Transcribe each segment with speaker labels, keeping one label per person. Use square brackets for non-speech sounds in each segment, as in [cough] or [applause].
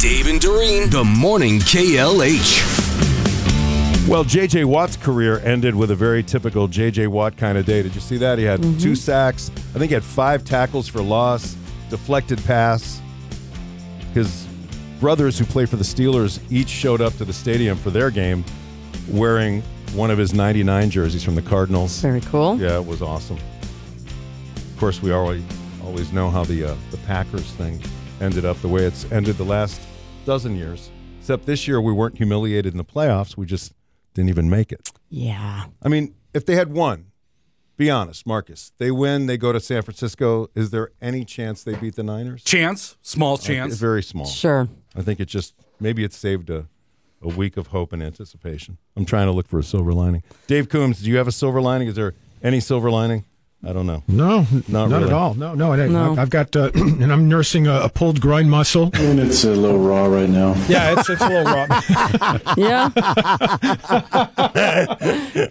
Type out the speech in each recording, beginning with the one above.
Speaker 1: Dave and Doreen, the morning KLH.
Speaker 2: Well, J.J. Watt's career ended with a very typical J.J. Watt kind of day. Did you see that? He had two sacks. I think he had five tackles for loss, deflected pass. His brothers, who play for the Steelers, each showed up to the stadium for their game wearing one of his 99 jerseys from the Cardinals.
Speaker 3: Very cool.
Speaker 2: Yeah, it was awesome. Of course, we always always know how the uh, the Packers thing ended up the way it's ended the last dozen years. Except this year, we weren't humiliated in the playoffs. We just didn't even make it.
Speaker 3: Yeah.
Speaker 2: I mean, if they had won, be honest, Marcus, they win, they go to San Francisco. Is there any chance they beat the Niners? Uh,
Speaker 4: Chance, small chance.
Speaker 2: Very small.
Speaker 3: Sure.
Speaker 2: I think it just maybe it saved a, a week of hope and anticipation. I'm trying to look for a silver lining. Dave Coombs, do you have a silver lining? Is there any silver lining? I don't know.
Speaker 5: No,
Speaker 2: Not
Speaker 5: not,
Speaker 2: really.
Speaker 5: at all. No, no, it ain't.
Speaker 3: No.
Speaker 5: I've- I've got, uh, [clears throat] and I'm nursing a, a pulled groin muscle.
Speaker 6: And it's a little raw right now.
Speaker 5: Yeah, it's, it's a little raw.
Speaker 3: Yeah.
Speaker 5: [laughs] Yeah,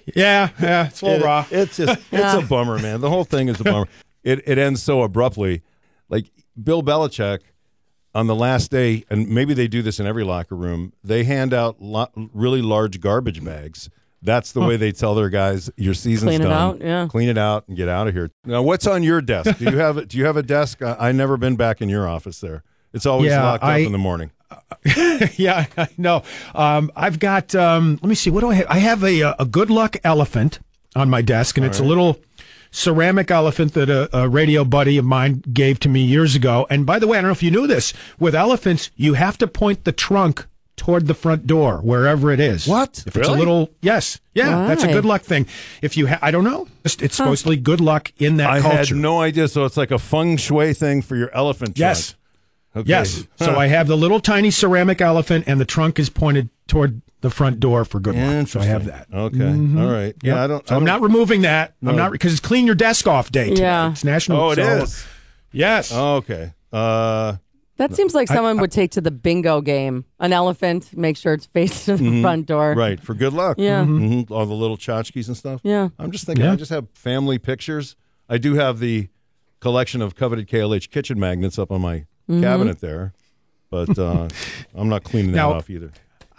Speaker 5: yeah, it's a little
Speaker 2: It-
Speaker 5: raw.
Speaker 2: It's
Speaker 3: [laughs]
Speaker 2: just it's a bummer, man. The whole thing is a bummer. it it ends so abruptly. Like Bill Belichick on the last day, and maybe they do this in every locker room. They hand out lo- really large garbage bags. That's the way they tell their guys your season's
Speaker 3: Clean it
Speaker 2: done.
Speaker 3: out, yeah.
Speaker 2: Clean it out and get out of here. Now, what's on your desk? Do you have do you have a desk? I, I never been back in your office there. It's always
Speaker 5: Yeah,
Speaker 2: locked
Speaker 5: I-
Speaker 2: up in the morning.
Speaker 5: [laughs] yeah, I know. Um, I've got. Um, let me see. What do I have? I have a uh, a good luck elephant on my desk, and it's a little ceramic elephant that a, a radio buddy of mine gave to me years ago. And by the way, I don't know if you knew this. With elephants, you have to point the trunk toward the front door wherever it is.
Speaker 2: What?
Speaker 5: If it's a little yes, yeah, that's a
Speaker 3: Why?
Speaker 5: good luck thing. If you, ha- I don't know. It's, it's supposedly good luck in that
Speaker 2: I
Speaker 5: culture.
Speaker 2: had no idea. So it's like a feng shui thing for your elephant.
Speaker 5: yes.
Speaker 2: trunk. Okay.
Speaker 5: Yes. So I have the little tiny ceramic elephant, and the trunk is pointed toward the front door for good luck. So I have that. Mm-hmm.
Speaker 2: Okay. All right.
Speaker 5: Yep.
Speaker 2: Yeah, I don't.
Speaker 5: So
Speaker 2: I
Speaker 5: I'm
Speaker 2: don't-
Speaker 5: not removing that. I'm not because it's clean your desk off day. Today.
Speaker 3: Yeah.
Speaker 5: It's national.
Speaker 2: Oh, it is.
Speaker 5: so- Yes.
Speaker 2: Oh, okay. Uh,
Speaker 3: That seems like someone would take to the bingo game. An elephant, make sure it's [laughs] faced to the front door.
Speaker 2: right. For good luck.
Speaker 3: Yeah.
Speaker 2: Mhm. All the little tchotchkes and stuff.
Speaker 3: Yeah.
Speaker 2: I'm just thinking.
Speaker 5: Yeah.
Speaker 2: I just have family pictures. I do have the collection of coveted KLH kitchen magnets up on my
Speaker 3: Mm-hmm.
Speaker 2: cabinet there, but uh,
Speaker 5: [laughs]
Speaker 2: I'm not cleaning that
Speaker 5: Now-
Speaker 2: off either.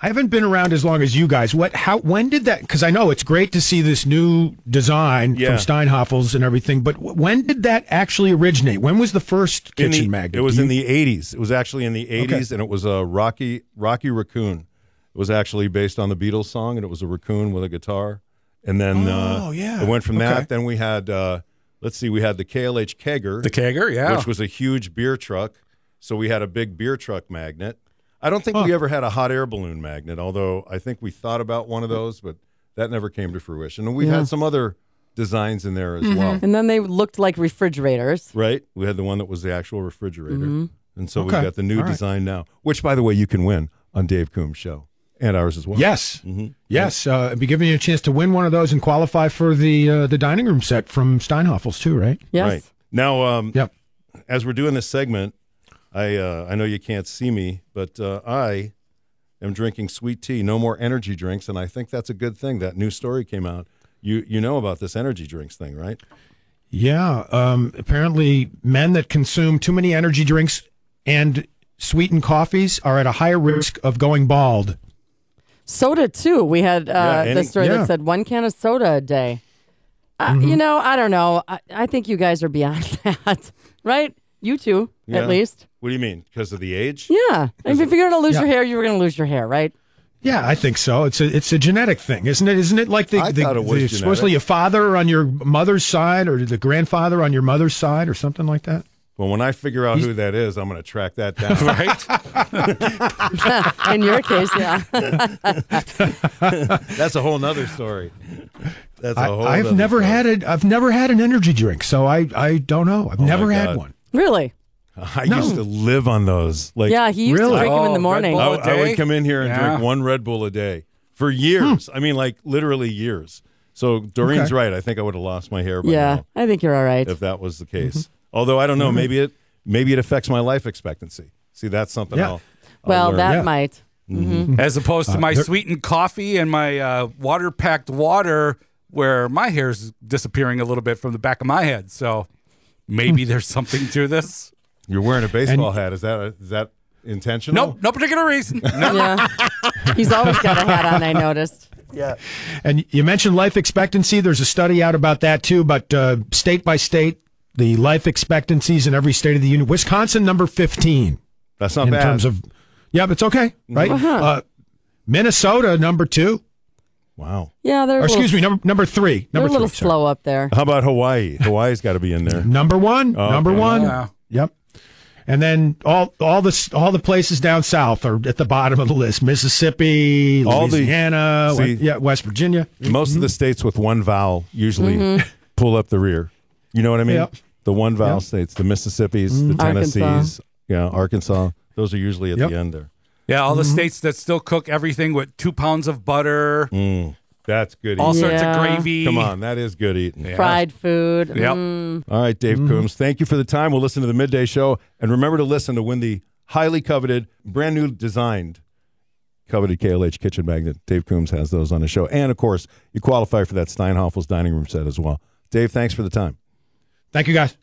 Speaker 5: I haven't been around as long as you guys. What? How? When did that? Because I know it's great to see this new design
Speaker 2: Yeah.
Speaker 5: from Steinhoffels and everything. But w- when did that actually originate? When was the first
Speaker 2: In the-
Speaker 5: kitchen magnet?
Speaker 2: It was
Speaker 5: Do
Speaker 2: in
Speaker 5: you-
Speaker 2: the 80s. It was actually in the 80s, and it was a Rocky Rocky Raccoon. It was actually based on the Beatles song, and it was a raccoon with a guitar. And then uh,
Speaker 5: Oh, yeah.
Speaker 2: it went from
Speaker 5: Okay.
Speaker 2: that. Then we had uh, let's see, we had the KLH Kegger,
Speaker 4: The kegger, yeah.
Speaker 2: which was a huge beer truck. So we had a big beer truck magnet. I don't think we ever had a hot air balloon magnet, although I think we thought about one of those, but that never came to fruition. And we've had some other designs in there as
Speaker 5: Mm-hmm.
Speaker 2: well
Speaker 3: And then they looked like refrigerators.
Speaker 2: right? We had the one that was the actual refrigerator. And so we've
Speaker 5: Mm-hmm. Okay.
Speaker 2: got the new
Speaker 5: All right.
Speaker 2: design now, which, by the way, you can win on Dave Coombs' show and ours as well.
Speaker 5: Yes.
Speaker 2: Mm-hmm.
Speaker 5: Yes. Uh, it'd be giving you a chance to win one of those and qualify for the uh, the dining room set from Steinhoffels too, right?
Speaker 3: Yes.
Speaker 2: Right. Now, um,
Speaker 5: Yep.
Speaker 2: as we're doing this segment, I, uh, I know you can't see me, but uh, I am drinking sweet tea, no more energy drinks. And I think that's a good thing. That new story came out. You, you know about this energy drinks thing, right?
Speaker 5: Yeah. Um, apparently, men that consume too many energy drinks and sweetened coffees are at a higher risk of going bald.
Speaker 3: Soda, too. We had uh,
Speaker 2: Yeah, any-
Speaker 3: the story
Speaker 5: yeah.
Speaker 3: that said one can of soda a day. Uh, You know, I don't know. I, I think you guys are beyond [laughs] that, right? You two,
Speaker 2: Yeah.
Speaker 3: at least.
Speaker 2: What do you mean? Because of the age?
Speaker 3: Yeah. I mean, if you're going to lose
Speaker 5: Yeah.
Speaker 3: your hair, you were going to lose your hair, right?
Speaker 5: Yeah, I think so. It's a it's a genetic thing, isn't it? Isn't it like the,
Speaker 2: I
Speaker 5: the,
Speaker 2: thought it was
Speaker 5: the-
Speaker 2: genetic.
Speaker 5: supposedly your father on your mother's side or the grandfather on your mother's side or something like that?
Speaker 2: Well, when I figure out who that is, I'm going to track that down.
Speaker 5: [laughs]
Speaker 4: right?
Speaker 3: In your case, yeah.
Speaker 2: [laughs] That's a whole nother story. That's a
Speaker 5: I,
Speaker 2: whole.
Speaker 5: I've
Speaker 2: nother
Speaker 5: never
Speaker 2: story.
Speaker 5: had it. I've never had an energy drink, so I I don't know. I've never had
Speaker 2: Oh God.
Speaker 5: one.
Speaker 3: really?
Speaker 2: I used to live on those. Like
Speaker 3: Yeah, he used
Speaker 5: Really?
Speaker 3: to drink them in
Speaker 4: Oh,
Speaker 3: the
Speaker 4: Red
Speaker 3: morning.
Speaker 2: I,
Speaker 4: Bull. a
Speaker 2: I would
Speaker 4: day?
Speaker 2: come in here and
Speaker 4: Yeah.
Speaker 2: drink one Red Bull a day for years. I mean, like literally years. So Doreen's
Speaker 5: Okay.
Speaker 2: right. I think I would have lost my hair by
Speaker 3: Yeah,
Speaker 2: now
Speaker 3: I think you're all right.
Speaker 2: if that was the case. Although I don't know, maybe it maybe it affects my life expectancy. See, that's something
Speaker 5: Yeah.
Speaker 2: I'll, I'll
Speaker 3: well,
Speaker 2: learn.
Speaker 3: that
Speaker 5: Yeah. [laughs]
Speaker 3: might.
Speaker 4: As opposed to my
Speaker 5: there-
Speaker 4: sweetened coffee and my uh, water packed water, where my hair's disappearing a little bit from the back of my head. So maybe there's something to this.
Speaker 2: you're wearing a baseball hat. Is that a, is that intentional?
Speaker 4: Nope, no particular reason. No.
Speaker 3: Yeah. He's always got a hat on, I noticed.
Speaker 5: And you mentioned life expectancy. There's a study out about that too, but uh, state by state, the life expectancies in every state of the union. Wisconsin, number 15
Speaker 2: That's not
Speaker 5: in
Speaker 2: bad. Mm-hmm.
Speaker 5: terms of, yeah, but it's okay, right?
Speaker 3: Uh-huh.
Speaker 5: Uh, Minnesota, number two,
Speaker 2: wow.
Speaker 3: Yeah, they're
Speaker 5: or
Speaker 3: a little,
Speaker 5: excuse me, number number three,
Speaker 3: they're
Speaker 5: number
Speaker 3: a little
Speaker 5: three, sorry.
Speaker 3: slow up there.
Speaker 2: How about Hawaii? Hawaii's got to be in there.
Speaker 5: number one, number
Speaker 2: okay.
Speaker 5: one,
Speaker 4: Yeah.
Speaker 5: yep. And then all all the s- all the places down south are at the bottom of the list: Mississippi,
Speaker 2: All the-
Speaker 5: Louisiana, we-
Speaker 2: see-
Speaker 5: yeah, West Virginia.
Speaker 2: Most of the states with one vowel usually [laughs] pull up the rear. You know what I mean?
Speaker 5: Yep.
Speaker 2: The one vowel states, the Mississippi's, the
Speaker 3: Arkansas.
Speaker 2: Tennessees, yeah, Arkansas. Those are usually at
Speaker 5: Yep.
Speaker 2: the end there.
Speaker 4: Yeah, all the states that still cook everything with two pounds of butter,
Speaker 2: That's good.
Speaker 4: all
Speaker 2: eating.
Speaker 4: sorts of
Speaker 3: Yeah.
Speaker 4: gravy.
Speaker 2: Come on, that is good eating.
Speaker 3: Fried food.
Speaker 4: Yep.
Speaker 3: Mm.
Speaker 2: All right, Dave Coombs, thank you for the time. We'll listen to the midday show and remember to listen to win the highly coveted, brand new designed, coveted KLH kitchen magnet. Dave Coombs has those on his show. And of course, you qualify for that Steinhoffel's dining room set as well. Dave, thanks for the time.
Speaker 5: Thank you, guys.